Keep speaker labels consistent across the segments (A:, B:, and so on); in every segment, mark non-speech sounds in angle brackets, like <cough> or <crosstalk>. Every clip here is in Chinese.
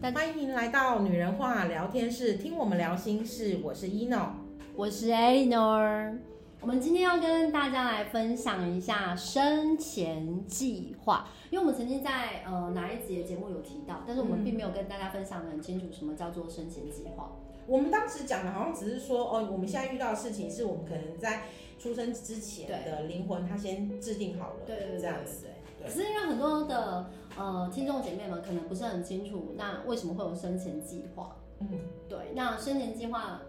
A: 但
B: 欢迎来到女人话聊天室，听我们聊心事。我是 ino，
A: 我是 Eleanor。我们今天要跟大家来分享一下生前计划，因为我们曾经在呃哪一集的节目有提到，但是我们并没有跟大家分享的很清楚什么叫做生前计划。
B: 我们当时讲的好像只是说，哦，我们现在遇到的事情是我们可能在出生之前的灵魂，它先制定好了，
A: 对对对
B: 这样子。
A: 对。可是因为很多的呃听众姐妹们可能不是很清楚，那为什么会有生前计划？
B: 嗯，
A: 对，那生前计划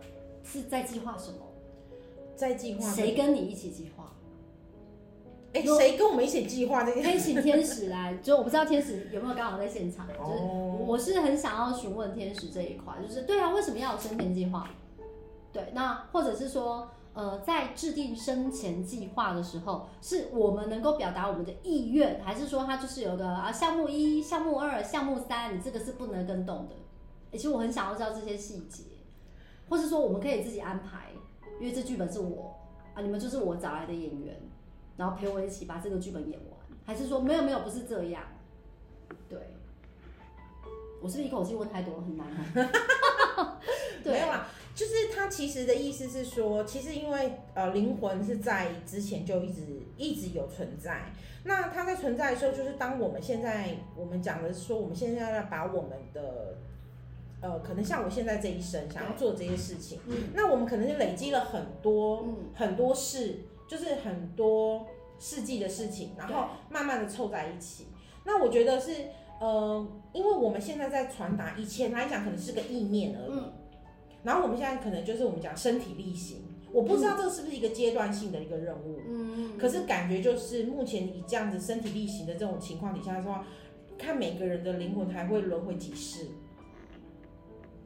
A: 是在计划什么？
B: 在计划
A: 谁？跟你一起计 <laughs> 划？
B: 哎，谁跟我们一起计划这件
A: 可以
B: 事？
A: 请天使来，就我不知道天使有没有刚好在现场，哎就是
B: 哦，
A: 我是很想要询问天使这一块，就是对啊，为什么要有生前计划？对，那或者是说，呃，在制定生前计划的时候，是我们能够表达我们的意愿，还是说它就是有个啊项目一、项目二、项目三，你这个是不能跟动的？欸其实我很想要知道这些细节，或是说我们可以自己安排，因为这剧本是我啊，你们就是我找来的演员，然后陪我一起把这个剧本演完，还是说没有没有不是这样？对，我是不是一口气问太多了很难哦？ <laughs> 对
B: 没有啊啦，就是它其实的意思是说，其实因为呃灵魂是在之前就一直一直有存在，那它在存在的时候，就是当我们现在我们讲的是说，我们现在要把我们的呃，可能像我现在这一生想要做这些事情，
A: 嗯
B: 那我们可能就累积了很多
A: 嗯，
B: 很多事，就是很多世纪的事情，然后慢慢的凑在一起。那我觉得是，呃，因为我们现在在传达，以前来讲可能是个意念而已，
A: 嗯
B: 然后我们现在可能就是我们讲身体力行，我不知道这个是不是一个阶段性的一个任务，
A: 嗯，
B: 可是感觉就是目前以这样子身体力行的这种情况底下的话，看每个人的灵魂还会轮回几世，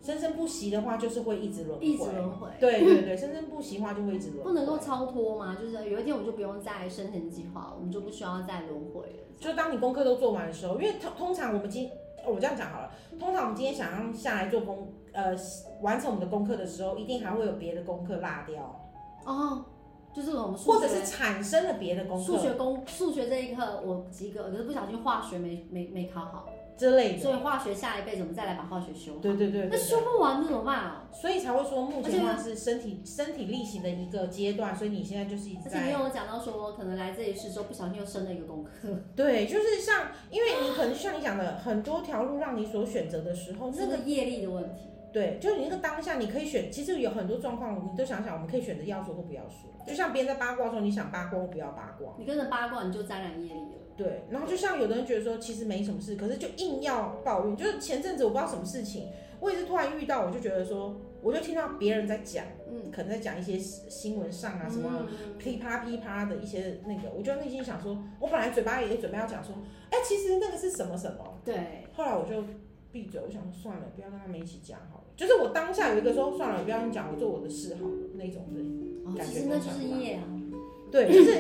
B: 生生不息的话就是会一直轮回，
A: 一直轮回，
B: 对对对，生生不息的话就会一直轮回，
A: 不能够超脱嘛，就是有一天我就不用再生前计划，我们就不需要再轮回了。
B: 就当你功课都做完的时候，因为通通常我们今哦我这样讲好了，通常我们今天想要下来做功呃完成我们的功课的时候，一定还会有别的功课落掉，
A: 哦，就是我们数学
B: 或者是产生了别的功
A: 数
B: 课
A: 学功数学这一课我及格，可是不小心化学没没没考好，
B: 之类
A: 所
B: 的。
A: 以化学下一辈子我们再来把化学修好。
B: 对对对
A: 那
B: 对
A: 修不完那怎么办啊？
B: 所以才会说目
A: 而且
B: 前它是身体身体力行的一个阶段，所以你现在就是一直
A: 而且你
B: 在
A: 有讲到说，可能来这一世之后不小心又生了一个功课，
B: 对，就是像因为你可能像你讲的很多条路让你所选择的时候，哦那
A: 是
B: 个。
A: 个业力的问题。
B: 对，就是你那个当下，你可以选。其实有很多状况，你都想想，我们可以选择要说或不要说。就像别人在八卦的时候，你想八卦或不要八卦。
A: 你跟着八卦，你就沾染业力了。
B: 对，然后就像有的人觉得说，其实没什么事，可是就硬要抱怨。就是前阵子我不知道什么事情，我也是突然遇到，我就觉得说，我就听到别人在讲，
A: 嗯，
B: 可能在讲一些新闻上啊什么
A: 嗯
B: 噼啪噼啪的一些那个，我就内心想说，我本来嘴巴也准备要讲说，哎、其实那个是什么什么，
A: 对，
B: 后来我就闭嘴，我想说算了，不要跟他们一起讲好了。就是我当下有一个说算了，不要跟你讲，我做我的事好了那种人。
A: 哦，
B: 感
A: 其
B: 觉
A: 实那就是业啊。
B: 对，就是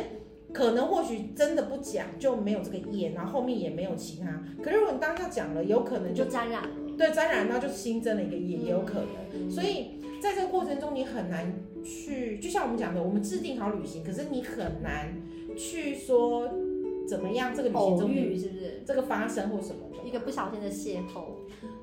B: 可能或许真的不讲就没有这个业，然后后面也没有其他。可是如果你当下讲了，有可能
A: 你
B: 就
A: 就沾染了，
B: 对沾染到就新增了一个业，也有可能。
A: 能
B: 所以在这个过程中，你很难去，就像我们讲的，我们制定好旅行，可是你很难去说怎么样这个旅行
A: 偶
B: 中
A: 遇是不是
B: 这个发生或什么的。
A: 一个不小心的邂逅，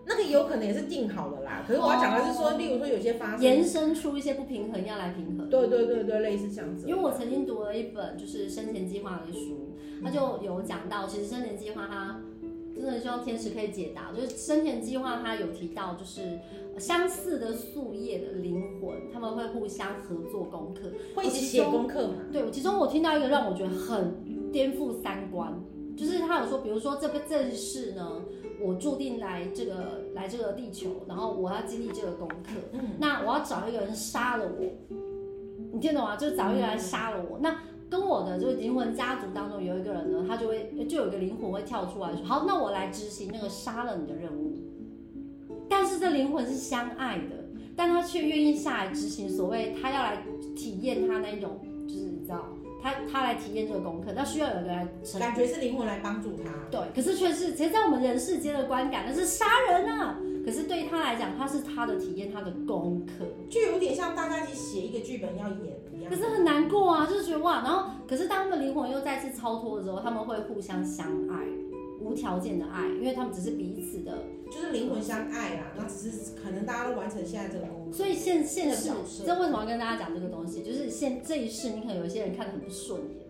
B: 那个有可能也是定好的啦，可是我要讲的是说，
A: 哦
B: 例如说有些发生，
A: 延伸出一些不平衡要来平衡？
B: 对对对对，类似像这样子。
A: 因为我曾经读了一本就是生前计划的书，它就有讲到，其实生前计划它真的希望天使可以解答，就是生前计划它有提到，就是相似的宿业的灵魂，他们会互相合作功课。
B: 会一起写功课嘛，
A: 对，我其中我听到一个让我觉得很颠覆三观，就是他有说，比如说这个这一世呢，我注定来这个来这个地球，然后我要经历这个功课，
B: 嗯
A: 那我要找一个人杀了我，你听懂吗？就是找一个人杀了我，那。跟我的就是灵魂家族当中有一个人呢，他就会就有一个灵魂会跳出来说：“好，那我来执行那个杀了你的任务。”但是这灵魂是相爱的，但他却愿意下来执行所谓他要来体验他那种，就是你知道，他他来体验这个功课，那需要有人来承
B: 感觉是灵魂来帮助他。
A: 对，可是却是，其实在我们人世间的观感，那是杀人啊。可是对他来讲，他是他的体验，他的功课。
B: 就有点像大家一起写一个剧本要演一样
A: 可。是很难过啊，就是觉得哇，然后可是当他们灵魂又再次超脱的时候，他们会互相相爱，无无条件的爱，因为他们只是彼此的。
B: 就是灵魂相爱啦，那只是可能大家都完成现在这个工作，
A: 所以现现
B: 这
A: 世
B: 个角，色
A: 这为什么要跟大家讲这个东西？就是现这一世，你可能有些人看得很不顺眼，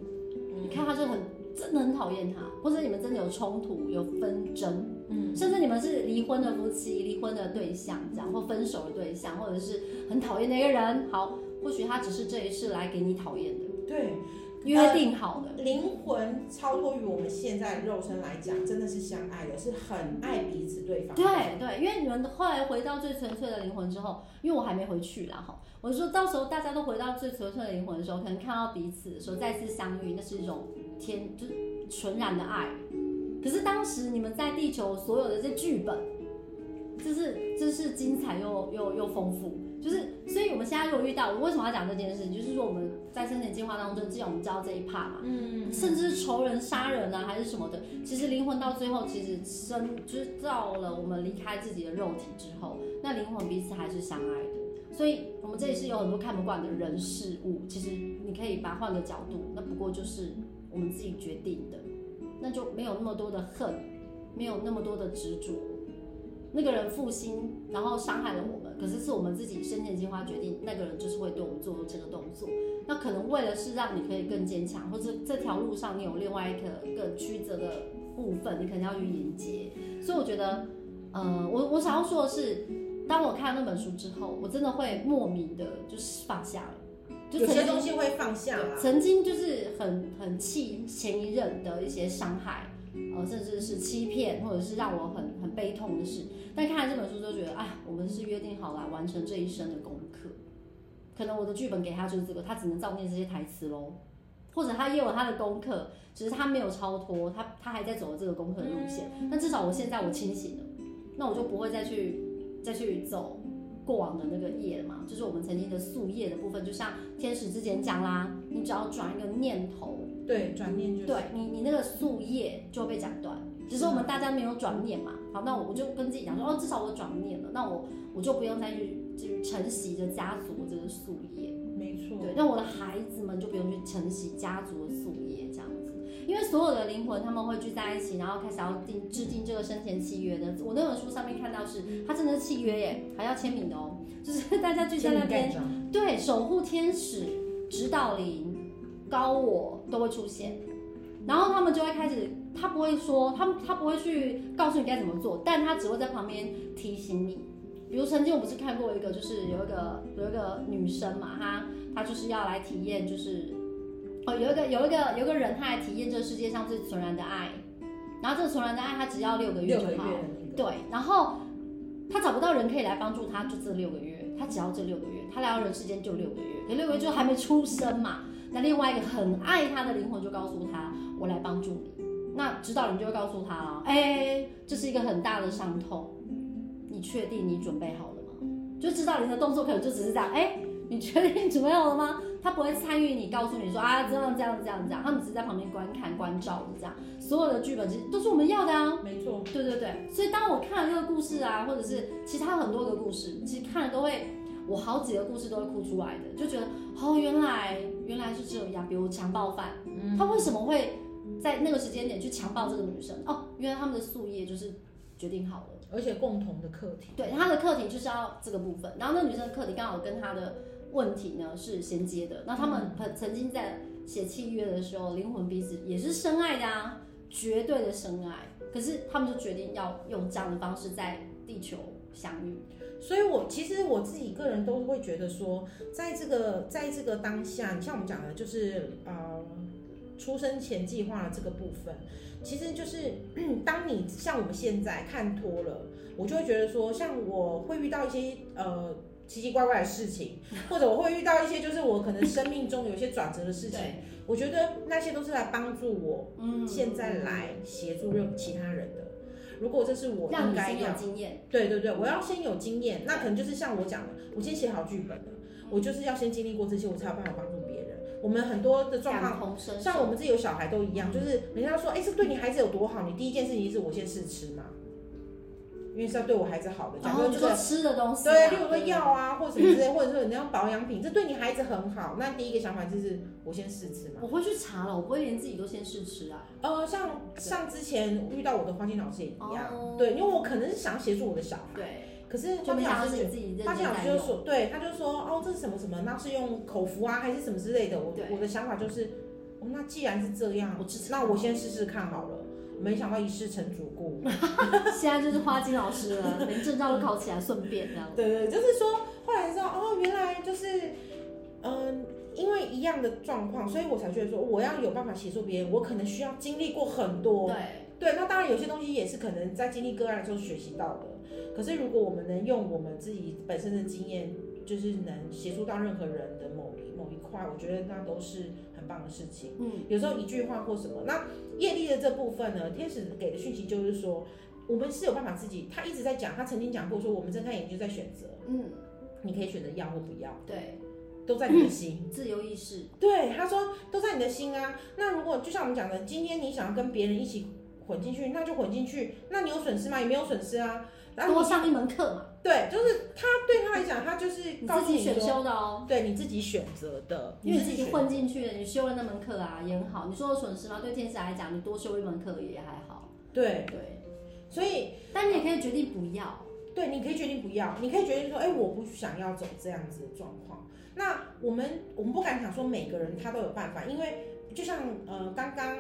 B: 嗯
A: 你看他就很真的很讨厌他，或者你们真的有冲突、有纷争，
B: 嗯，
A: 甚至你们是离婚的夫妻、离婚的对象，这样或分手的对象，或者是很讨厌的一个人。好，或许他只是这一世来给你讨厌的，
B: 对，
A: 约定好的。
B: 灵魂超脱于我们现在肉身来讲，真的是相爱的，是很爱彼此对方。
A: 对对，因为你们后来回到最纯粹的灵魂之后，因为我还没回去啦哈，我说到时候大家都回到最纯粹的灵魂的时候，可能看到彼此的时候再次相遇，那是一种天就是纯然的爱。可是当时你们在地球所有的这剧本，这是这是精彩又又又丰富，就是所以我们现在如果遇到，我为什么要讲这件事情？就是说我们在生前计划当中，既然我们知道这一 part 嘛，
B: 嗯，
A: 甚至是仇人、杀人啊，还是什么的。其实灵魂到最后，其实生就是到了我们离开自己的肉体之后，那灵魂彼此还是相爱的。所以，我们这里是有很多看不惯的人事物，其实你可以把它换个角度，那不过就是我们自己决定的，那就没有那么多的恨，没有那么多的执着。那个人负心，然后伤害了我们，可是是我们自己生前计划决定，那个人就是会对我们做出这个动作。那可能为了是让你可以更坚强，或者这条路上你有另外一个更曲折的部分，你可能要去迎接。所以我觉得，呃，我我想要说的是，当我看了那本书之后，我真的会莫名的就是放下了，就
B: 有些
A: 曾
B: 东
A: 经
B: 西会放下
A: 对
B: 啦。
A: 曾经就是很很气前一任的一些伤害，呃，甚至是欺骗，或者是让我很很悲痛的事。但看了这本书就觉得，啊，我们是约定好来完成这一生的功课。可能我的剧本给他就是这个，他只能照念这些台词喽，或者他也有他的功课，只是他没有超脱，他他还在走这个功课的路线。但至少我现在我清醒了，那我就不会再去再去走过往的那个业了嘛，就是我们曾经的宿业的部分，就像天使之前讲啦，你只要转一个念头，
B: 对，转念就是。
A: 对你你那个宿业就被斩断。只是我们大家没有转念嘛，好，那我我就跟自己讲说，哦，至少我转念了，那我我就不用再去去承袭着家族这个宿业。
B: 没错。
A: 对，让我的孩子们就不用去承袭家族的宿业这样子，因为所有的灵魂他们会聚在一起，然后开始要定制定这个生前契约的。我那本书上面看到是，它真的是契约耶，还要签名的哦，就是 <laughs> 大家聚在那边，
B: 章。
A: 对，守护天使、指导灵、高我都会出现，然后他们就会开始，他不会说，他他不会去告诉你该怎么做，但他只会在旁边提醒你。比如曾经我不是看过一个，就是有一个有一个女生嘛，她她就是要来体验，就是哦有一个有一个有一个人，她来体验这个世界上最纯然的爱，然后这个纯然的爱，她只要六个月
B: 六
A: 就
B: 个月
A: 好。
B: 的那个。
A: 对，然后他找不到人可以来帮助他，就这六个月，他只要这六个月，他来到人世间就六个月，可六个月就还没出生嘛。那另外一个很爱他的灵魂就告诉他，我来帮助你。那指导灵就会告诉他哦，哎，这是一个很大的伤痛，你确定你准备好了吗？就指导灵的动作可能就只是这样，哎，你确定你准备好了吗？他不会参与你，告诉你说啊这样这样这样这样，他们只是在旁边观看关照的这样，所有的剧本其实都是我们要的啊。
B: 没错。
A: 对对对，所以当我看了这个故事啊，或者是其他很多个故事，其实看了都会，我好几个故事都会哭出来的，就觉得哦，原来原来是这样。比如强暴犯，他为什么会在那个时间点去强暴这个女生？哦，原来他们的宿业就是决定好了。
B: 而且共同的课题。
A: 对，他的课题就是要这个部分，然后那女生的课题刚好跟他的问题呢是衔接的。那他
B: 嗯
A: 们曾曾经在写契约的时候，灵魂彼此也是深爱的啊，绝对的深爱。可是他们就决定要用这样的方式在地球相遇。
B: 所以我其实我自己个人都会觉得说，在这个在这个当下，你像我们讲的，就是呃，出生前计划的这个部分，其实就是 <clears throat> 当你像我们现在看脱了，我就会觉得说，像我会遇到一些呃。奇奇怪怪的事情，
A: <laughs>
B: 或者我会遇到一些就是我可能生命中有一些转折的事情，
A: 对，
B: 我觉得那些都是来帮助我
A: 嗯
B: 现在来协助任其他人的。如果这是我
A: 让
B: 应
A: 你
B: 该
A: 先
B: 要
A: 有经验，
B: 对对对，我要先有经验，那可能就是像我讲的，我先写好剧本了，我就是要先经历过这些，我才有办法帮助别人。我们很多的状况，
A: 感同身
B: 像我
A: 受。
B: 们自己有小孩都一样，就是人家说，哎，这对你孩子有多好，你第一件事情是我先试吃嘛，因因为是要对我孩子好的，讲
A: 然后
B: 说
A: 哦就
B: 就是
A: 说吃的东西啊、
B: 对，例如说药啊，或者什么之类，或者说你要保养品，这对你孩子很好。那第一个想法就是我先试吃嘛。
A: 我会去查了，我不会连自己都先试吃啊。
B: 呃，像像之前遇到我的花心老师也一样，
A: 哦
B: 对，因为我可能是想协助我的小孩，
A: 对，
B: 可是
A: 就
B: 花
A: 没
B: 心
A: 想
B: 老
A: 到
B: 师
A: 是
B: 觉得。
A: 你自己认
B: 花心
A: 真
B: 老
A: 在
B: 师就
A: 用。
B: 说，对，他就说，哦，这是什么什么，那是用口服啊，还是什么之类的。我
A: 对
B: 我的想法就是，哦，那既然是这样
A: 我支，持
B: 那我先试试看好了。没想到一试成主顾，
A: <laughs> 现在就是花金老师了，连证照都考起来，顺便这样。
B: 对对，就是说，后来知道哦，原来就是，嗯，因为一样的状况，所以我才觉得说，我要有办法协助别人，我可能需要经历过很多。
A: 对，
B: 对，那当然有些东西也是可能在经历个案的时候学习到的。可是如果我们能用我们自己本身的经验，就是能协助到任何人的某一某一块，我觉得那都是很棒的事情。
A: 嗯，
B: 有时候一句话或什么。那业力的这部分呢，天使给的讯息就是说，我们是有办法自己。他一直在讲，他曾经讲过说，我们睁开眼睛就在选择，
A: 嗯，
B: 你可以选择要或不要，
A: 对，
B: 都在你的心。
A: 自由意识，
B: 对，他说都在你的心啊。那如果就像我们讲的，今天你想要跟别人一起混进去，那就混进去。那你有损失吗？也没有损失啊。然后
A: 多
B: 你
A: 上一门课嘛，
B: 对，就是他对他来讲，他就是
A: 嗯你
B: 告
A: 自
B: 诉
A: 己
B: 你
A: 选
B: 说，
A: 修的哦。
B: 对你自己选择的，
A: 因为你自
B: 自
A: 己
B: 选
A: 混进去了，你修了那门课啊，也很好。你说有损失吗？对天使来讲，你多修一门课也还好。
B: 对，
A: 对，
B: 所以
A: 但你也可以决定不要。
B: 对，你可以决定不要，你可以决定说，哎、我不想要走这样子的状况。那我们我们不敢讲说每个人他都有办法，因为就像呃刚刚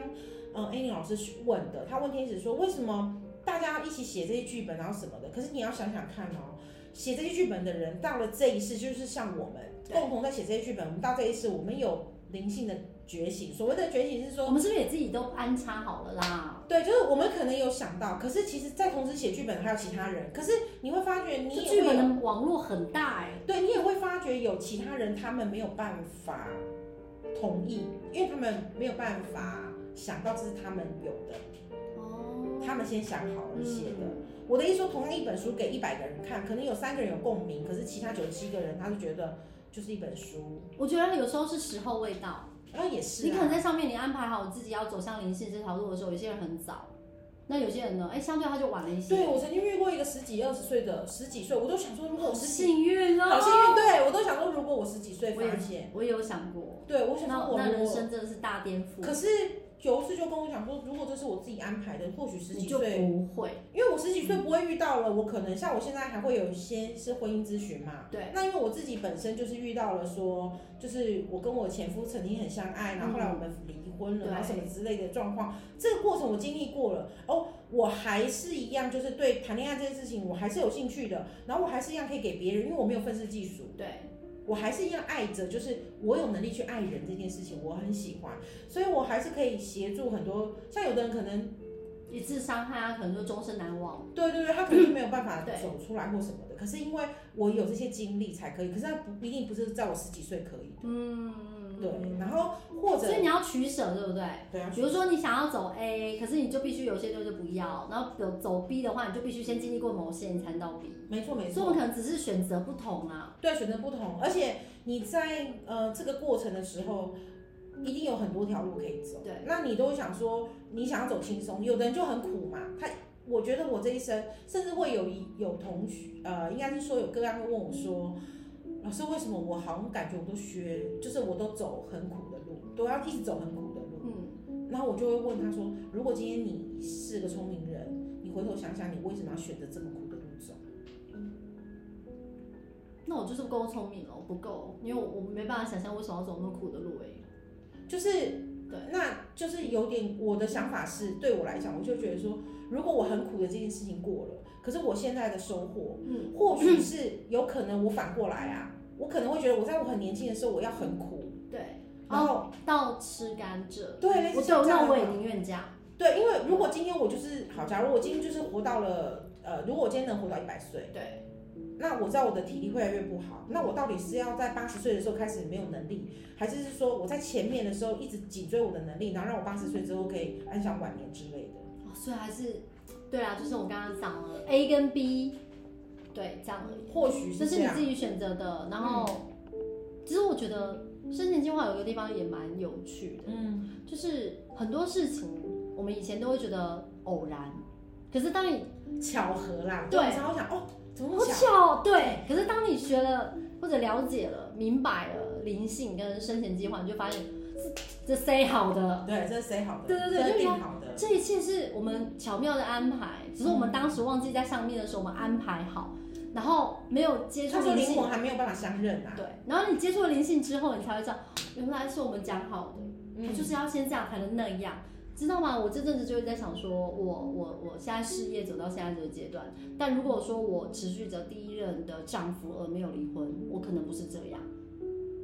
B: 呃 a n n 老师问的，他问天使说为什么大家一起写这些剧本啊然后什么的，可是你要想想看哦，写这些剧本的人到了这一世，就是像我们
A: 对
B: 共同在写这些剧本，我们到这一世，我们有灵性的觉醒。所谓的觉醒是说
A: 我，们是不是也自己都安插好了啦？
B: 对，就是我们可能有想到，可是其实，在同时写剧本的还有其他人，可是你会发觉你
A: 这
B: 也
A: 剧
B: 会有
A: 本的网络很大哎、
B: 对你也会发觉有其他人他们没有办法同意，因为他们没有办法想到这是他们有的，
A: 哦，
B: 他们先想好而写的。
A: 嗯
B: 我的意思说，同样一本书给一百个人看，可能有三个人有共鸣，可是其他九十七个人他就觉得嗯就是一本书，
A: 嗯我觉得有时候是时候未到。
B: 然后也是、啊，
A: 你可能在上面你安排好自己要走向灵性这条路的时候，有些人很早，那有些人呢，哎、相对他就晚了一些。
B: 对我曾经遇过一个十几二十岁的，十几岁我都想说，如果我
A: 好
B: 十几，
A: 幸运啊
B: 好
A: 哦！
B: 幸运，对我都想说，如果我十几岁
A: 我也
B: 发现，
A: 我也有想过，
B: 对我想
A: 那
B: 说，我
A: 那
B: 如
A: 人
B: 果，
A: 生真的是大颠覆，
B: 可是九十就跟我讲说，如果这是我自己安排的，或许十
A: 你
B: 几
A: 就
B: 岁。
A: 不会。
B: 因为我十几岁不会遇到了，我可能像我现在还会有一些是婚姻咨询嘛。
A: 对，
B: 那因为我自己本身就是遇到了说，就是我跟我前夫曾经很相爱，然后后来我们离婚了，
A: 对
B: 然后什么之类的状况，这个过程我经历过了。哦，我还是一样，就是对谈恋爱这件事情我还是有兴趣的，然后我还是一样可以给别人，因为我没有愤世嫉俗。
A: 对，
B: 我还是一样爱着，就是我有能力去爱人这件事情，我很喜欢，所以我还是可以协助很多，像有的人可能
A: 一次伤害啊他可能就终身难忘。
B: 对对对，他可能就没有办法
A: <coughs> 对
B: 走出来或什么的。可是因为我有这些经历才可以，可是他不一定不是在我十几岁可以。
A: 嗯，
B: 对，然后或
A: 所
B: 者
A: 以你要取舍，对不对？
B: 对啊，
A: 比如说你想要走 A，可是你就必须有些东西就不要，然后走走 B 的话，你就必须先经历过某些，你才能到 B。
B: 没错没
A: 所以
B: 错，
A: 我们可能只是选择不同啊。
B: 对选择不同，而且你在呃这个过程的时候。一定有很多条路可以走，
A: 对
B: 那你都会想说你想要走轻松，有的人就很苦嘛。他，我觉得我这一生，甚至会有一有同学，呃，应该是说有个案会问我说，老师为什么我好像感觉我都学，就是我都走很苦的路，都要一直走很苦的路。
A: 嗯，
B: 然后我就会问他说：“如果今天你是个聪明人，你回头想想，你为什么要选择这么苦的路走？
A: 那我就是不够聪明了，我不够，因为我我没办法想象为什么要走那么苦的路哎、
B: 就是
A: 对，
B: 那就是有点我的想法是，对我来讲，我就觉得说，如果我很苦的这件事情过了，可是我现在的收获，
A: 嗯，
B: 或许是有可能我反过来啊，我可能会觉得我在我很年轻的时候，我要很苦，
A: 嗯对，
B: 然
A: 哦
B: 后
A: 到吃甘蔗。
B: 对类似
A: 我对
B: 像这样
A: 那
B: 的
A: 我也
B: 话
A: 宁愿这样。
B: 对，因为如果今天我就是好，假如我今天就是活到了，呃，如果我今天能活到一百岁。”
A: 对，
B: 那我知道我的体力越来越不好，那我到底是要在八十岁的时候开始没有能力，还是是说我在前面的时候一直紧追我的能力，然后让我八十岁之后可以安享晚年之类的？
A: 哦，所以还是，对啊，就是我刚刚讲了 A 跟 B，对，这样而已。
B: 或许嗯是
A: 这是
B: 这
A: 你
B: 样嗯
A: 自。己选择的。然后，其实我觉得生前计划有一个地方也蛮有趣的，
B: 嗯，
A: 就是很多事情我们以前都会觉得偶然，可是当你
B: 巧合啦。
A: 对
B: 我常常想哦，怎么那
A: 好
B: 么巧？
A: 巧，对。可是当你学了或者了解了、明白了灵性跟生前计划，你就发现这这 say 好的，
B: 对，这是谁好的？
A: 对对对
B: 这
A: 就是是
B: 定
A: 说
B: 好的。
A: 这一切是我们巧妙的安排，只是我们
B: 嗯
A: 当时忘记在上面的时候，我们安排好，然后没有接触
B: 他说
A: 灵
B: 灵
A: 性，
B: 魂还没有办法相认啊。
A: 对。然后你接触了灵性之后，你才会知道哦原来是我们讲好的。我
B: 嗯
A: 就是要先这样才能那样，知道吗？我这阵子就会在想说，我我我现在事业走到现在这个阶段，但如果说我持续着第一任的丈夫而没有离婚，我可能不是这样，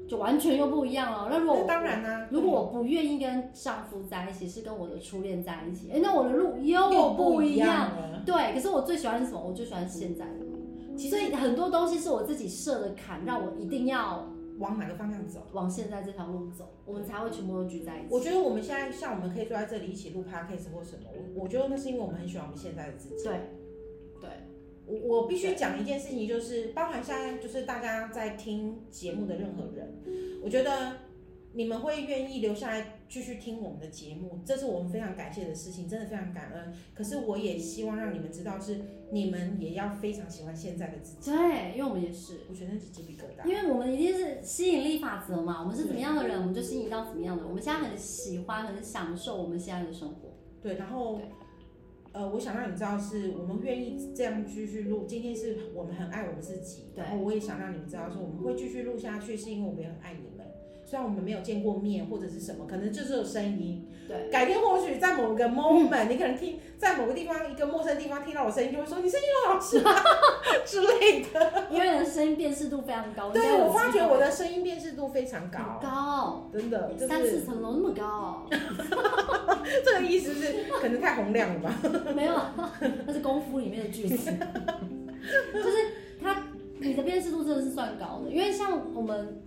A: 就完全又不一样了。那如果
B: 那
A: 我
B: 当然啊啦、
A: 如果我不愿意跟丈夫在一起，是跟我的初恋在一起，哎、那我的路
B: 又
A: 又不
B: 一
A: 一样。
B: 了。
A: 对，可是我最喜欢的是什么？我最喜欢现在的。
B: 其
A: 所
B: 实
A: 以很多东西是我自己设的坎，让我一定要
B: 往哪个方向走？
A: 往现在这条路走，我们才会全部都聚在一起。
B: 我觉得我们现在像我们可以坐在这里一起录 podcast 或什么，我我觉得那是因为我们很喜欢我们现在的自己。
A: 对，对。
B: 我我必须讲一件事情，就是包含现在就是大家在听节目的任何人，我觉得你们会愿意留下来继续听我们的节目，这是我们非常感谢的事情，真的非常感恩。可是我也希望让你们知道是，你们也要非常喜欢现在的自己。
A: 对，因为我们也是，
B: 我觉得那是鸡皮疙瘩。
A: 因为我们一定是吸引力法则嘛，我们是怎么样的人，我们就吸引到怎么样的人。我们现在很喜欢、很享受我们现在的生活。
B: 对，然后
A: 对。
B: 呃，我想让你知道，是我们愿意这样继续录。今天是我们很爱我们自己，
A: 对
B: 然后我也想让你们知道，说我们会继续录下去，是因为我们也很爱你们。虽然我们没有见过面或者是什么，可能就只有声音。
A: 对，
B: 改天或许在某个 moment，、你可能听在某个地方一个陌生的地方听到我声音，就会说你声音好吃啊 <laughs> 之类的。
A: 因为你的声音辨识度非常高，你
B: 对
A: 现在
B: 我
A: 有
B: 发
A: 机
B: 觉
A: 会
B: 我的声音辨识度非常
A: 很
B: 高，
A: 高，
B: 真的就
A: 三
B: 是
A: 四层楼那么高，
B: 这个意思是可能太洪亮了吧。 <laughs>
A: <laughs> 没有啊，那是功夫里面的句子， <laughs> 就是他你的辨识度真的是算高的，因为像我们。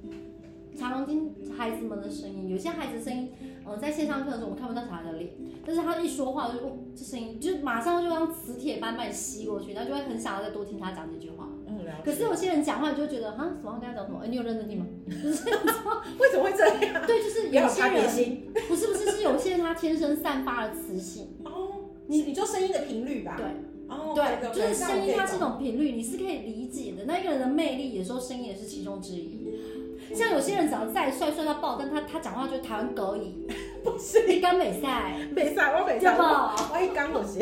A: 常常听孩子们的声音，有些孩子声音，呃，在线上课的时候我们看不到小孩的脸，但是他一说话就，哦，这声音就马上就像磁铁般把你吸过去，他就会很想要再多听他讲几句话。
B: 嗯，了
A: 可
B: 解
A: 是有些人讲话你就觉得，哈，什么他跟他讲什么？哎、你有认真听吗？ <laughs>
B: 为什么会这样？
A: 对，就是
B: 也
A: 有
B: 有
A: 些
B: 差别
A: 人，
B: 心
A: 不是不是，是有些人他天生散发了磁性，
B: 哦。你你就声音的频率吧。
A: 对。
B: 哦，
A: 对，就是声音它
B: 这
A: 这种频率，你是可以理解的。那一个人的魅力，有时候声音也是其中之一。
B: 嗯
A: 像有些人只要再帅，帅到爆，但他他讲话就是台湾
B: <laughs>
A: 狗语，
B: 不是
A: 一干美
B: <laughs>
A: 赛，
B: 没事，我没
A: 对
B: 事，
A: 吧？
B: 我一刚就是，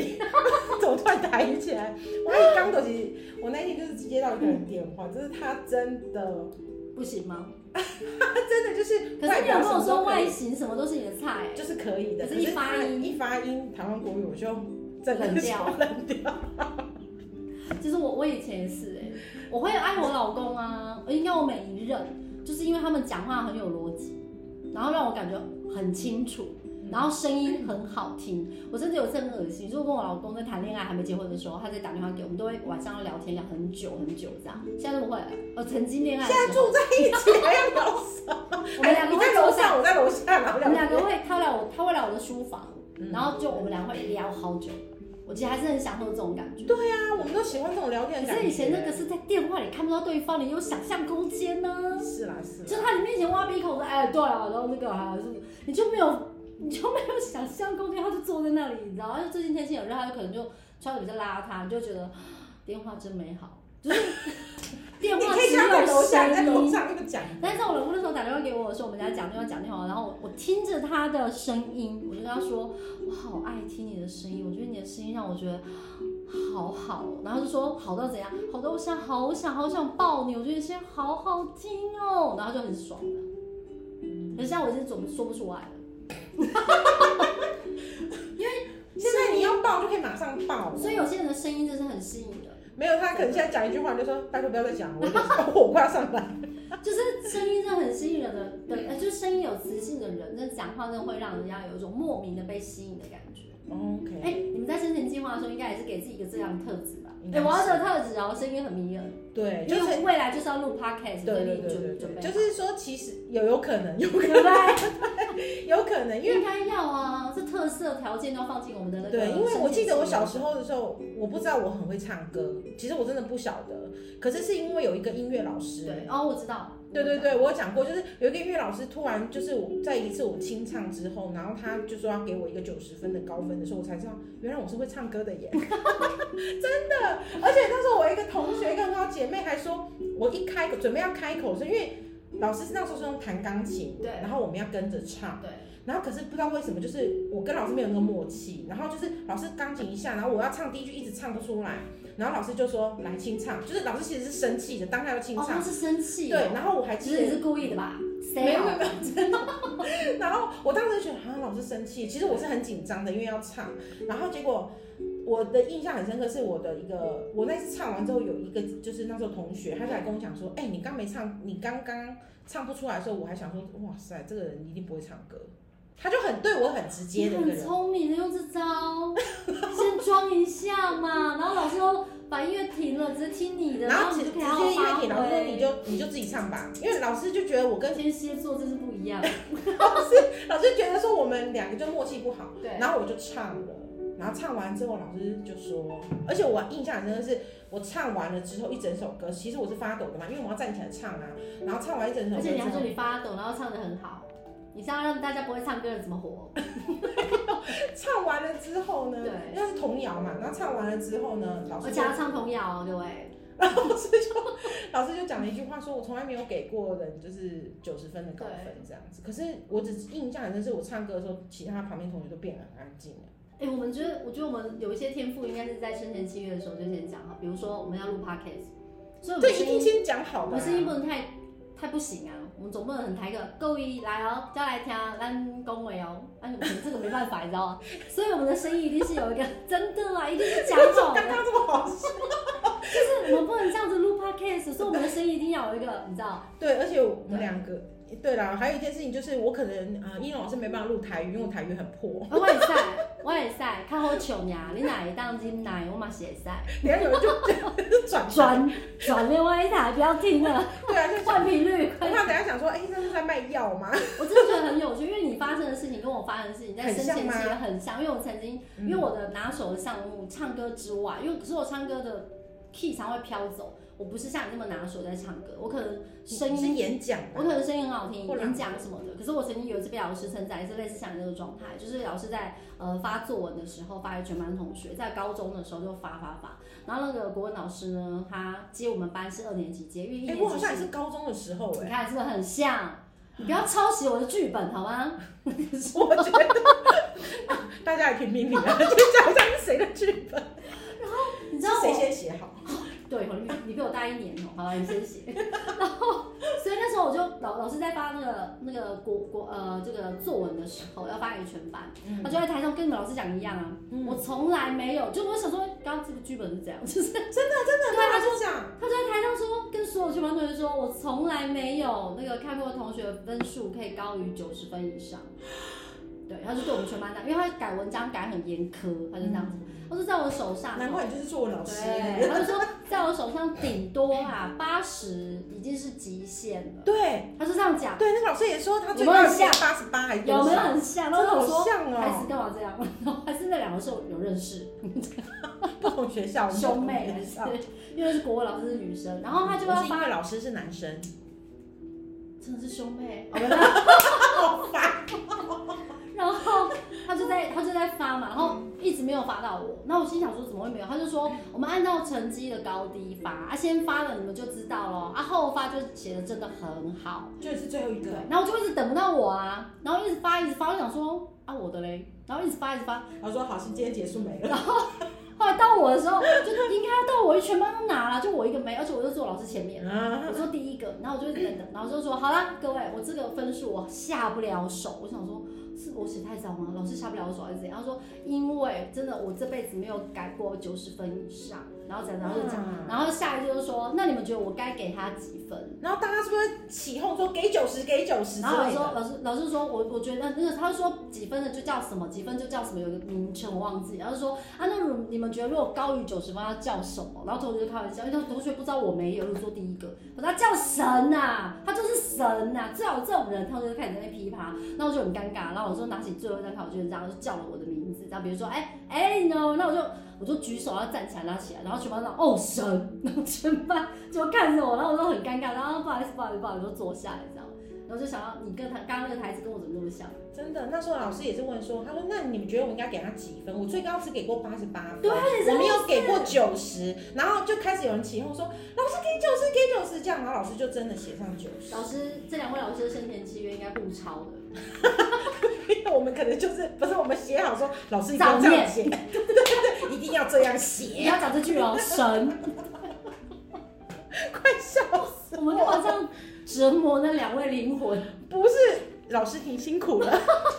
B: <laughs> 怎么突然抬起来？我一刚就是，我那天就是接到一个人电话，就是他真的，
A: 不行吗？
B: 他真的就是
A: 可是你有
B: 表
A: 跟
B: 什
A: 我
B: 么
A: 说
B: 都可以
A: 外形什么都是你的菜，
B: 就是可以的，
A: 可是一发音
B: 可是他一发音台湾国语我就整个
A: 冷掉
B: 就冷掉，
A: 其实我我以前也是哎、我会爱我老公啊，应该我每一任，就是因为他们讲话很有逻辑，然后让我感觉很清楚，
B: 嗯
A: 然后声音很好听。我真的有这很恶心，就是我跟我老公在谈恋爱还没结婚的时候，他在打电话给我我们，都会晚上要聊天聊很久很久这样。现在都不会了，我曾经恋爱的
B: 现在
A: 时候，
B: 住在一起还要聊什么？
A: 我们两
B: <laughs>
A: 个
B: 你
A: 会
B: 在楼
A: 坐在，
B: 上，我在楼下，然后
A: 我们两
B: 聊
A: 个会他会来我他会来我的书房，
B: 嗯
A: 然后就我们俩会聊好久。我其实还是很享受这种感觉。
B: 对啊，我们都喜欢这种聊天的
A: 可
B: 感
A: 是
B: 觉。
A: 以前那个是在电话里看不到对方，你有想象空间呢、
B: 是啦是
A: 就
B: 啦，
A: 是他你面前挖鼻孔说，哎，对啊，然后那个啊，就是你就没有，你就没有想象空间，他就坐在那里，你知道吗？就最近天气很热，他就可能就穿的比较邋遢，你就觉得啊电话真美好，就是 <laughs> 电
B: 你
A: 话
B: 可以
A: 只
B: 像在楼下，你在
A: 有
B: 楼
A: 声音。
B: 上那个讲。
A: 但是我老公那时候打电话给我的时候，我们在讲电话讲电话，然后我我听着他的声音，我就跟他说，我好爱听你的声音，我觉得你的声音让我觉得好好哦，然后就说好到怎样，好到我想好想好想抱你，我觉得你声音好好听哦，然后就很爽了。可是现在我已经怎么说不出来了，
B: 现在你要抱就可以马上抱，
A: 所以有些人的声音真是很吸引人，
B: 没有他可能现在讲一句话你就说拜托不要再讲了，我就
A: <laughs>
B: 我快要上班。
A: 就是声音真的很吸引人的，对，呃就是声音有磁性的人，那讲话真的会让人家有一种莫名的被吸引的感觉。
B: OK，
A: 哎、你们在生前计划的时候，应该也是给自己一个这样的特质吧
B: 应？
A: 哎、
B: 该
A: 我要
B: 是
A: 这个特质，然后声音很迷人，
B: 对，就
A: 因
B: 是
A: 为未来就是要录 podcast，
B: 对
A: 所以
B: 对对
A: 你
B: 对
A: 准
B: 对
A: 准备
B: 对，
A: 好，
B: 就是说其实有有可能有可 <laughs>
A: 对不
B: 能，
A: 对？
B: 有可能，因为
A: 应该要啊，这特色条件都要放进我们的那个。
B: 对，因为我记得我小时，候的时候，我不知道我很会唱歌，其实我真的不晓得。可是是因为有一个音乐老师，
A: 对，哦，我知道，
B: 对对对，我有讲过，就是有一个音乐老师突然就是我在一次我清唱之后，然后他就说要给我一个九十分的高分的时候，我才知道原来我是会唱歌的
A: <laughs>
B: 耶，真的。而且那时候我一个同学，一个很好姐妹还说，我一开口准备要开口的时候，因为老师那时候是用弹钢琴，
A: 对
B: 然后我们要跟着唱，
A: 对，
B: 然后可是不知道为什么，就是我跟老师没有那个默契，然后就是老师钢琴一下，然后我要唱第一句一直唱不出来，然后老师就说来清唱，就是老师其实是生气的，当下要清
A: 哦，嗯
B: 唱。
A: 他是生气，
B: 对，，然后我还
A: 其
B: 记得
A: 实你是故意的吧？
B: 没
A: 谁
B: 有
A: 啊
B: 没有没有，真的。 <laughs> 然后我当时就觉得啊，老师生气。其实我是很紧张的，因为要唱。然后结果我的印象很深刻，是我的一个，我那次唱完之后，有一个就是那时候同学，他就来跟我讲说，哎、你刚没唱，你刚刚唱不出来的时候，我还想说，哇塞，这个人一定不会唱歌。他就很对我很直接
A: 你
B: 的一个
A: 很
B: 人，
A: 聪明的用这招，先装一下嘛，然后老师又把音乐停了，直接听你的，
B: 然后
A: 后
B: 直
A: 你
B: 直接
A: 就给
B: 音乐
A: 他
B: 点，
A: 发
B: 老师说
A: 挥。
B: 你就你就自己唱吧，因为老师就觉得我跟
A: 天蝎座真是不一样，
B: 老师觉得说我们两个就默契不好。
A: 对，
B: 然后我就唱了，然后唱完之后，老师就说，而且我印象很深的是，我唱完了之后一整首歌，其实我是发抖的嘛，因为我要站起来唱啊，然后唱完一整首
A: 而
B: 歌
A: 且你
B: 之
A: 还说
B: 后，
A: 你发抖，然后唱的很好，你是要让大家不会唱歌的人怎么活？
B: 唱完了之后呢，
A: 对
B: 因为是童谣嘛，然后唱完了之后呢，老
A: 而
B: 师就
A: 且要唱童谣哦，各位，
B: 老师就讲了一句话说，我从来没有给过人就是九十分的高分这样子，可是我只印象很深是我唱歌的时候，其他旁边同学都变得很安静了，
A: 哎，我们觉得，我觉得我们有一些天赋应该是在生前契约的时候就先讲好，比如说我们要录 podcast，所以我们
B: 对，
A: 声
B: 一
A: 音
B: 定先讲好
A: 我
B: 的、
A: 们声音
B: 啊。 <laughs>
A: 不能太太不行啊，我们总不能很抬个各位来哦，叫来听咱恭维哦，哎，我们这个没办法，你知道吗？所以我们的声音一定是有一个真的啊，一定是讲好
B: 刚
A: 的，
B: 刚这么好笑，
A: <laughs> 就是我们不能这样子录 podcast，所以我们的声音一定要有一个，你知道，
B: 对，而且我们两个，对啦，还有一件事情就是，我可能呃，英龙老师没办法录台语，因为我台语很
A: <laughs>
B: 破，
A: 我也赛，我也赛，看好球呀，你哪一档金奶，我嘛写赛，
B: 等一下有人就就 <laughs> 转台，
A: 转转另外一台，不要听了，
B: 对啊，就
A: 换频率，
B: 我
A: 快
B: 怕等一下想说，哎、这是在卖药吗？
A: 我真的觉得很有趣，因为你发生的事情跟我发生的事情在生前期也很像，因为我曾经，因为我的拿手的项目唱歌之外，因为可是我唱歌的 key 常会飘走，我不是像你那么拿手在唱歌，我可能声
B: 你是
A: 音，
B: 演讲啊
A: 我
B: 吧，
A: 可能声音很好听，
B: 或朗
A: 演讲什么的，可是我曾经有一次被老师称赞，也是类似像你那个状态，就是老师在呃发作文的时候发给全班同学，在高中的时候就发发发，然后那个国文老师呢，他接我们班是二年级接，因为一
B: 哎、
A: 年级
B: 我好
A: 是
B: 像也是高中的时候、
A: 你
B: 哎，
A: 看是不是很像？你不要抄袭我的剧本好吗？
B: 我觉得 <laughs> 大家也评评理
A: <laughs>
B: 啊，就讲一下是谁的剧本，
A: 你知道
B: 是谁
A: 我
B: 先写好？
A: 对，你比你比我大一年哦、好吧，你先写。 <laughs> 然后，所以那时候我就老老师在发那个那个国国呃这个作文的时候，要发给全班，
B: 嗯
A: 他就在台上跟你们老师讲一样啊，我从来没有，就我想说，刚刚这个剧本是怎样， <laughs> 就是
B: 真的，那他就讲，
A: 啊他就在台上说，跟所有全班同学说，我从来没有那个看过同学分数可以高于九十分以上。对，他就对我们全班这样，因为他改文章改很严苛，他就这样子。他说在我手上，
B: 难怪你就是作文老师，
A: 对，他就说在我手上顶多啊八十已经是极限了。
B: 对
A: 他就这样讲，
B: 对，那个老师也说他最
A: 有没
B: 高
A: 有
B: 是
A: 像
B: 八十八，还是
A: 有
B: 多
A: 没有
B: 少？
A: 很像？
B: 真
A: 然
B: 的
A: 后我
B: 好
A: 说。
B: 像
A: 还
B: 哦、
A: 是干嘛这样？ <laughs> 然后还是那两个是有有认识
B: 不同学校，我们
A: 兄
B: 不
A: 妹，
B: 同
A: 还
B: 学
A: 是
B: 校
A: <laughs> 因为是国文老师是女生，然后他就要
B: 我是因
A: 发，
B: 为老师是男
A: <laughs>
B: 生，
A: 真的是兄妹，哦
B: 好烦。
A: <laughs> 然后他就在他就在发嘛，然后一直没有发到我。那我心想说怎么会没有？他就说我们按照成绩的高低发，啊先发了你们就知道咯，啊后发就写的真的很好，
B: 就是最后一
A: 对
B: 个，。
A: 然后我就一直等不到我啊，然后一直发一直发，我就想说啊我的嘞，然后一直发一直发，
B: 他说好，是今天结束没了。
A: 后来到我的时候就应该要到我，全班都拿了，就我一个没，而且我就坐老师前面。
B: 啊，
A: 我说第一个，然后我就一直等等，然后就说好啦，各位，我这个分数我下不了手。我想说，是我写太早吗？老师下不了手还是怎样？他说，因为真的我这辈子没有改过九十分以上，然后怎样，然后就讲，然后下一个就是说，那你们觉得我该给他几分？
B: 然后大家是不是起哄说给九十给九十之
A: 然后老
B: 类
A: 师
B: 的？
A: 老师老师说，我我觉得那个他说几分的就叫什么，几分就叫什么，有一个名称我忘记。然后就说啊，那如你们觉得如果高于九十分要叫什么？然后同学就开玩笑，因为同学不知道我没有，就说第一个，我说他叫神呐、他就是神呐、最好有这种人，同学就开始在那噼啪，然后我就很尴尬。然后我就拿起最后一张考卷，这样我就叫了我的名字，然后比如说哎哎 no，那我就我就举手要站起来拉起来，然后全班长哦神，然后全班就看着我，然后我就很尴尬，然后不好意思不好意思不好意思，我就坐下来这样。然后就想到你跟他刚刚那个台词跟我怎么那么像？
B: 真的，那时候老师也是问说，他说那你们觉得我应该给他几分？我最高只给过八十八分，
A: 对
B: 我没有给过九十，然后就开始有人起哄说老师给九十给九十这样，然后老师就真的写上九十
A: 老，师，这两位老师的生前契约应该互抄的，
B: 因为我们可能就是不是我们写好说老师一定要这样写， <laughs> 对对对，一定要这样
A: 你
B: 写，
A: 要讲这句哦，神，
B: <laughs> 快笑死！
A: 我们干嘛这样折磨那两位灵魂？
B: 不是老师挺辛苦
A: <laughs>
B: 的，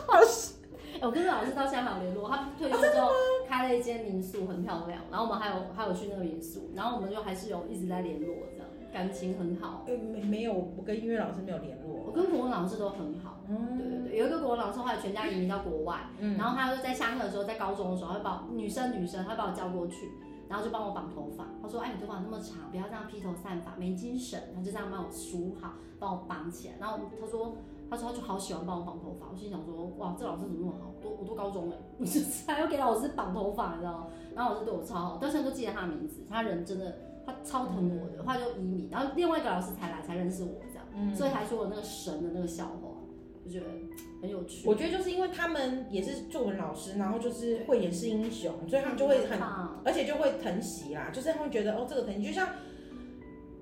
B: 老师
A: 哎我跟这老师到现在还有联络，他
B: 啊
A: 退休之后开了一间民宿，很漂亮，然后我们还有还有去那个民宿，然后我们就还是有一直在联络，这样感情很好。
B: 呃没没有，我跟音乐老师没有联络，
A: 我跟国文老师都很好，对
B: 嗯
A: 对对，有一个国文老师后来全家移民到国外。
B: 嗯，
A: 然后他就在下课的时候，在高中的时候，他会把我女生女生，他会把我叫过去，然后就帮我绑头发。他说：“哎，你头发那么长，不要这样披头散发，没精神。”他就这样帮我梳好，帮我绑起来。然后他说：“他说他就好喜欢帮我绑头发。”我心想说：“哇，这老师怎么那么好？都我都高中了，我就是还要给老师绑头发，你知道吗？”然后老师对我超好，到现在都记得他的名字。他人真的，他超疼我的，后来就移民。然后另外一个老师才来，才认识我这样，
B: 嗯
A: 所以还说我那个神的那个笑话，我觉得很有趣。
B: 我觉得就是因为他们也是作文老师，然后就是慧眼识英雄，所以他们就会很，
A: 棒
B: 而且就会疼惜啦，就是他们觉得哦，这个疼惜，就像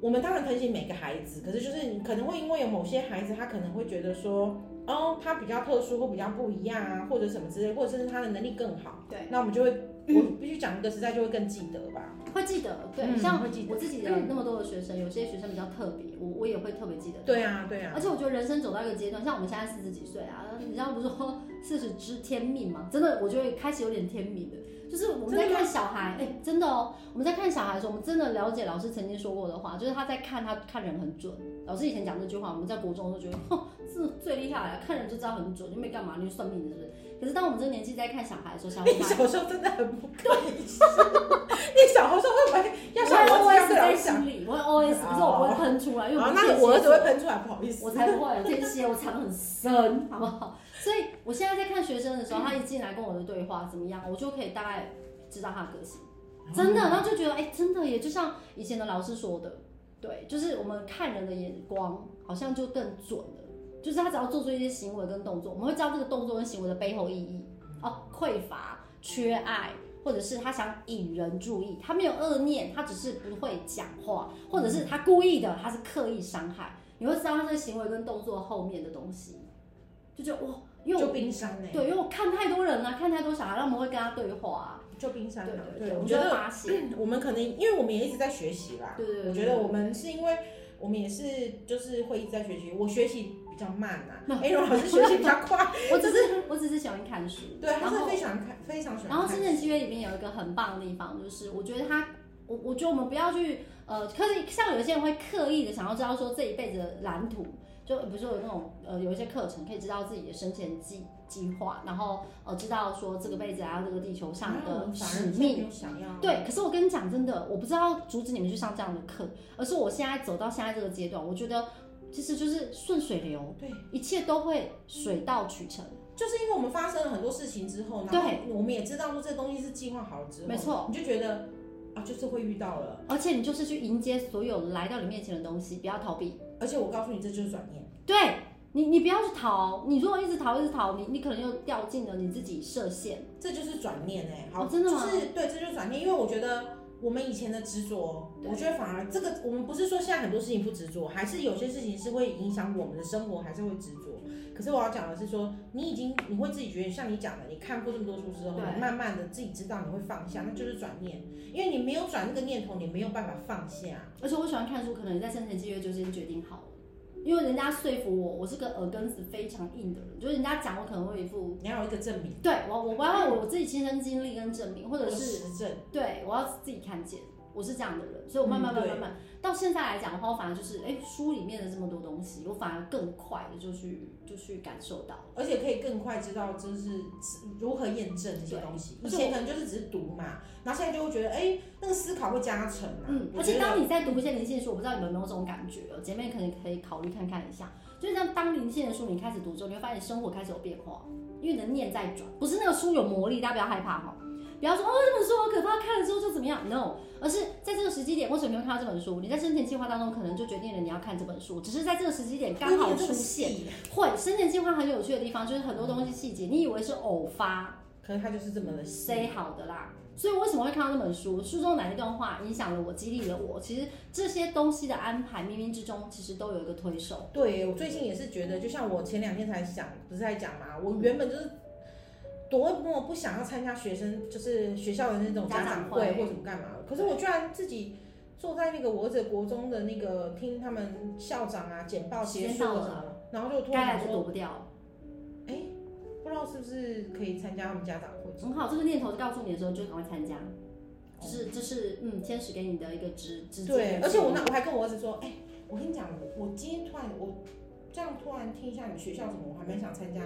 B: 我们当然疼惜每个孩子，可是就是你可能会因为有某些孩子，他可能会觉得说，哦，他比较特殊或比较不一样啊，或者什么之类，或者甚至他的能力更好，
A: 对。
B: 那我们就会，我必须讲一个时代就会更记得吧，
A: 会记得，对，
B: 嗯
A: 像
B: 会记得
A: 我自己的那么多的学生，有些学生比较特别，我我也会特别记得。
B: 对啊，对啊
A: 而，且我觉得人生走到一个阶段，像我们现在四十几岁啊，你知道不是说四十知天命嘛？真的，我觉得开始有点天命的，就是我们在
B: 真的吗
A: 看小孩，哎、真的哦，我们在看小孩的时候，我们真的了解老师曾经说过的话，就是他在看他看人很准。老师以前讲这句话，我们在国中都觉得，哼，这最厉害了，啊看人就知道很准，就没干嘛，你就算命的是不是？可是当我们这个年纪在看小孩的时候，小孩
B: 你小时候真的很
A: <laughs>
B: 不可以，你小时候为什么要像
A: 我
B: 我这样
A: 会 OS
B: 对老
A: 在
B: 师讲？
A: 心里，我会 OS，可是我不会喷出来，因为
B: 好，
A: 不是
B: 哦那我儿子会喷出来，不好意思。
A: 我才不会，我天蝎我藏得很深，好不好？所以我现在在看学生的时候，他一进来跟我的对话怎么样，我就可以大概知道他的个性，真
B: 嗯
A: 的，然后就觉得哎、真的耶，就像以前的老师说的，对，就是我们看人的眼光好像就更准了，就是他只要做出一些行为跟动作，我们会知道这个动作跟行为的背后意义，哦，匮乏、缺爱。或者是他想引人注意，他没有恶念，他只是不会讲话，或者是他故意的，他是刻意伤害。你会知道他这个行为跟动作后面的东西，就觉得哇，因为
B: 就
A: 我
B: 冰山呢、欸，
A: 对，因为我看太多人了、看太多小孩，让我们会跟他对话、
B: 就冰
A: 啊，
B: 山
A: 对
B: 啊。
A: 对
B: 对
A: 对，我
B: 我
A: 们
B: 觉
A: 就会
B: 得
A: 发现，
B: 我们可能因为我们也一直在学习啦，
A: 对对对，
B: 我觉得我们是因为我们也是就是会一直在学习，我学习比较慢呐、啊，哎、荣老师学习比较
A: <laughs>
B: 快，
A: 我只是我只是喜欢看书，
B: 对，
A: 然
B: 他是
A: 后
B: 非常看非常喜欢看。
A: 然后《深圳契约》里面有一个很棒的地方，就是我觉得他，我我觉得我们不要去呃，可是像有些人会刻意的想要知道说这一辈子的蓝图，就比如说有那种呃有一些课程可以知道自己的生前计计划，然后呃知道说这个辈子来到这个地球上
B: 啊
A: 的使命。，
B: 想要
A: 对，可是我跟你讲，真的，我不知道阻止你们去上这样的课，而是我现在走到现在这个阶段，我觉得其实就是顺水流，
B: 对，
A: 一切都会水到渠成。
B: 就是因为我们发生了很多事情之后，然后
A: 对
B: 我们也知道说这东西是计划好了之后，
A: 没错，
B: 你就觉得啊，就是会遇到了，
A: 而且你就是去迎接所有来到你面前的东西，不要逃避。
B: 而且我告诉你，这就是转念。
A: 对你，你不要去逃。你如果一直逃，一直逃，你你可能又掉进了你自己设限。
B: 这就是转念哎、好、
A: 哦真的吗
B: 就是对，这就是转念，因为我觉得我们以前的执着，
A: 对
B: 我觉得反而这个我们不是说现在很多事情不执着，还是有些事情是会影响我们的生活，还是会执着。可是我要讲的是说，你已经你会自己觉得，像你讲的，你看过这么多书之后，
A: 对
B: 你慢慢的自己知道你会放下，那就是转念，因为你没有转那个念头，你没有办法放下。
A: 而且我喜欢看书，可能也在生前契约就先决定好了，因为人家说服我，我是个耳根子非常硬的人，就是人家讲我可能会有一副，
B: 你要有一个证明，
A: 对我我我要有我自己亲身经历跟证明，或者是
B: 实证。
A: 对我要自己看见。我是这样的人，所以我慢慢
B: 嗯
A: 慢
B: 对
A: 慢慢慢，到现在来讲的话，我反而就是哎，书里面的这么多东西，我反而更快的就去就去感受到。
B: 而且可以更快知道就是如何验证这些东西。
A: 对
B: 以前可能就是只是读嘛，然后现在就会觉得，哎、那个思考会加成啊。
A: 嗯，
B: 我
A: 而
B: 觉
A: 且
B: 得
A: 当你在读一些灵性的书，我不知道你们有没有这种感觉哦，姐妹可能可以考虑看看一下。就是像当灵性的书你开始读之后，你会发现生活开始有变化，因为你的念在转，不是那个书有魔力，大家不要害怕哈、不要说哦这本书好可怕，看了之后就怎么样？No，而是在这个时机点，为什么你会看到这本书？你在生前计划当中可能就决定了你要看这本书，只是在这个时机点刚好
B: 不一定有这
A: 出
B: 么
A: 现。
B: 细，
A: 会生前计划很有趣的地方就是很多东西细节，你以为是偶发，
B: 可能他就是这么的细。
A: 塞好的啦。所以我为什么会看到那本书？书中哪一段话影响了我，激励了我？其实这些东西的安排，冥冥之中其实都有一个推手。
B: 对我最近也是觉得，就像我前两天才想，不是在讲嘛，我原本就是多么不想要参加学生，就是学校的那种
A: 家
B: 家
A: 长
B: 长会
A: 会
B: 或什么干嘛，可是我居然自己。坐在那个我儿子国中的那个听他们校长啊简报结束
A: 先到
B: 了
A: 了
B: 什么，然后就突
A: 该
B: 然
A: 来
B: 想
A: 就
B: 说，
A: 躲不掉。
B: 哎、不知道是不是可以参加他们家长会？
A: 很好，这个念头告诉你的时候，你就赶快参加。就是这是嗯，天使给你的一个直直接的指
B: 哦对，
A: 引。
B: 而且我那我还跟我儿子说，哎、我跟你讲，我我今天突然我这样突然听一下你学校什么，我还蛮想参加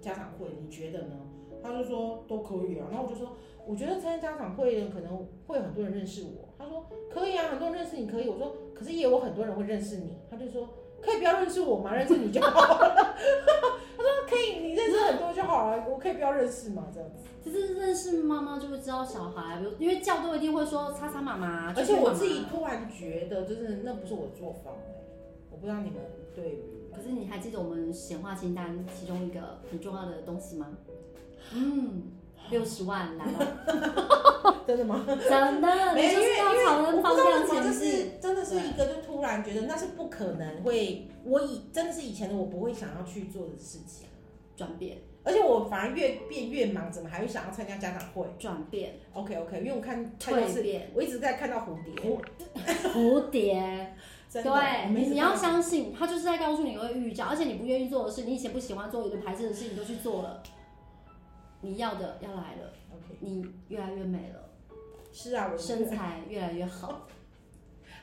B: 家长会，你觉得呢？他就说都可以啊，然后我就说，我觉得参加家长会可能会很多人认识我。他说可以啊，很多人认识你可以。我说可是也有很多人会认识你。他就说可以不要认识我嘛，认识你就好了。 <laughs> 他说可以，你认识很多就好了，我可以不要认识嘛，这样子。
A: 其实认识妈妈就会知道小孩，比如因为教都一定会说叉叉妈妈，
B: 而
A: 圈
B: 且
A: 圈
B: 我
A: 妈妈
B: 自己，突然觉得，就是那不是我的作风、我不知道你们对于
A: 可是你还记得我们显化清单其中一个很重要的东西吗？嗯，六十万来了。
B: 真的吗？
A: 真的，
B: 没
A: 你
B: 有
A: 就是要朝
B: 我
A: 那
B: 不知
A: 个
B: 道
A: 方
B: 为
A: 向
B: 什么，
A: 前
B: 就
A: 进。
B: 是真的是一个，就突然觉得那是不可能会，我以真的是以前的我不会想要去做的事情，
A: 转变，
B: 而且我反而越变越忙，怎么还会想要参加家长会
A: 转变，
B: ？OK OK，因为我看看到
A: 蜕
B: 是，
A: 变，
B: 我一直在看到蝴蝶，
A: 蝴蝶，
B: <laughs> 真的，我们一
A: 对，
B: 直
A: 你要
B: 看到
A: 相信，他就是在告诉你会遇到，而且你不愿意做的事，你以前不喜欢做、有的排斥的事，你都去做了，你要的要来了，
B: OK，
A: 你越来越美了，
B: <laughs> 是啊，我
A: 身
B: 是
A: 材越来越好，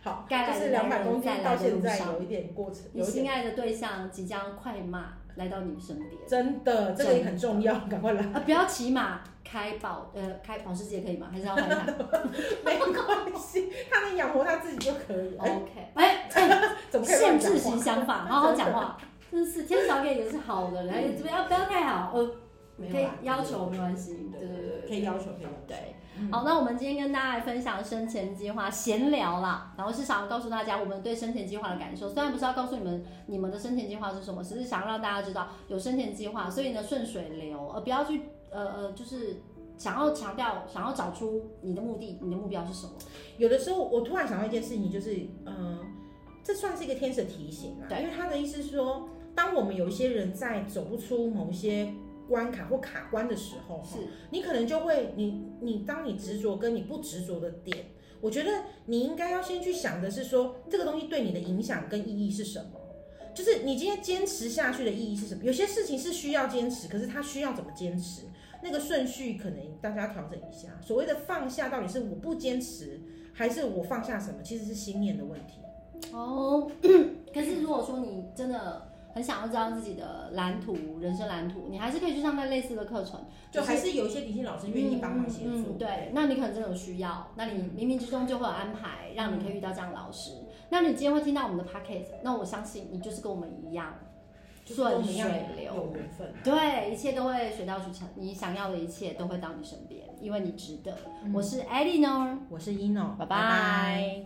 B: 好，
A: 该
B: 就
A: 来
B: 是
A: 的
B: 两百
A: 男
B: 公
A: 人
B: 斤
A: 再来
B: 到
A: 的
B: 现
A: 路
B: 在
A: 上，
B: 有一点过程，
A: 你
B: <laughs> 有一
A: 心
B: 点
A: 爱的对象即将快马来到你身边。
B: 真的，这个也很重要，赶快 <laughs> 来，
A: 啊，不要骑马，开保呃开保时捷可以吗？还是要
B: <laughs>
A: 换台
B: 没关系，他能养活他自己就可以，哎，
A: ？OK，哎，
B: 怎么可以
A: 限
B: 乱讲
A: 制
B: 话
A: 型？想法，好好讲话。真是天小给也是好的，哎来这边要不要太好，呃，
B: 嗯哦没
A: 可以
B: 有啊
A: 要求没关系，
B: 对
A: 对对对
B: 可
A: 对
B: 以要求，可以要求。
A: 对。哦
B: 嗯
A: 好，那我们今天跟大家来分享生前计划闲聊啦，然后是想要告诉大家我们对生前计划的感受，虽然不是要告诉你们你们的生前计划是什么，只是想要让大家知道有生前计划，所以呢顺水流，呃不要去呃呃就是想要强调想要找出你的目的，你的目标是什么，
B: 有的时候我突然想到一件事情，就是嗯、呃这算是一个天使的提醒啊，
A: 对
B: 因为他的意思是说，当我们有一些人在走不出某些关卡或卡关的时候，
A: 是
B: 你可能就会，你你当你执着跟你不执着的点，我觉得你应该要先去想的是说，这个东西对你的影响跟意义是什么。就是你今天坚持下去的意义是什么？有些事情是需要坚持，可是它需要怎么坚持？那个顺序可能大家调整一下。所谓的放下，到底是我不坚持，还是我放下什么？其实是心念的问题。
A: 哦， <clears throat> 可是如果说你真的很想要知道自己的蓝图、人生蓝图，你还是可以去上那类似的课程，
B: 就还是有一些理性老师愿意帮忙协助。
A: 嗯嗯嗯对，那你可能真的有需要，那你冥冥之中就会有安排，让你可以遇到这样的老师。那你今天会听到我们的 p o c k e t 那我相信你就是跟我们一样
B: 就是跟我
A: 顺
B: 们一样
A: 水流。
B: 有缘分。
A: 对，一切都会水到渠成，你想要的一切都会
B: 嗯
A: 到你身边，因为你值得。我是 Eleanor，
B: 我是 ino，
A: 拜拜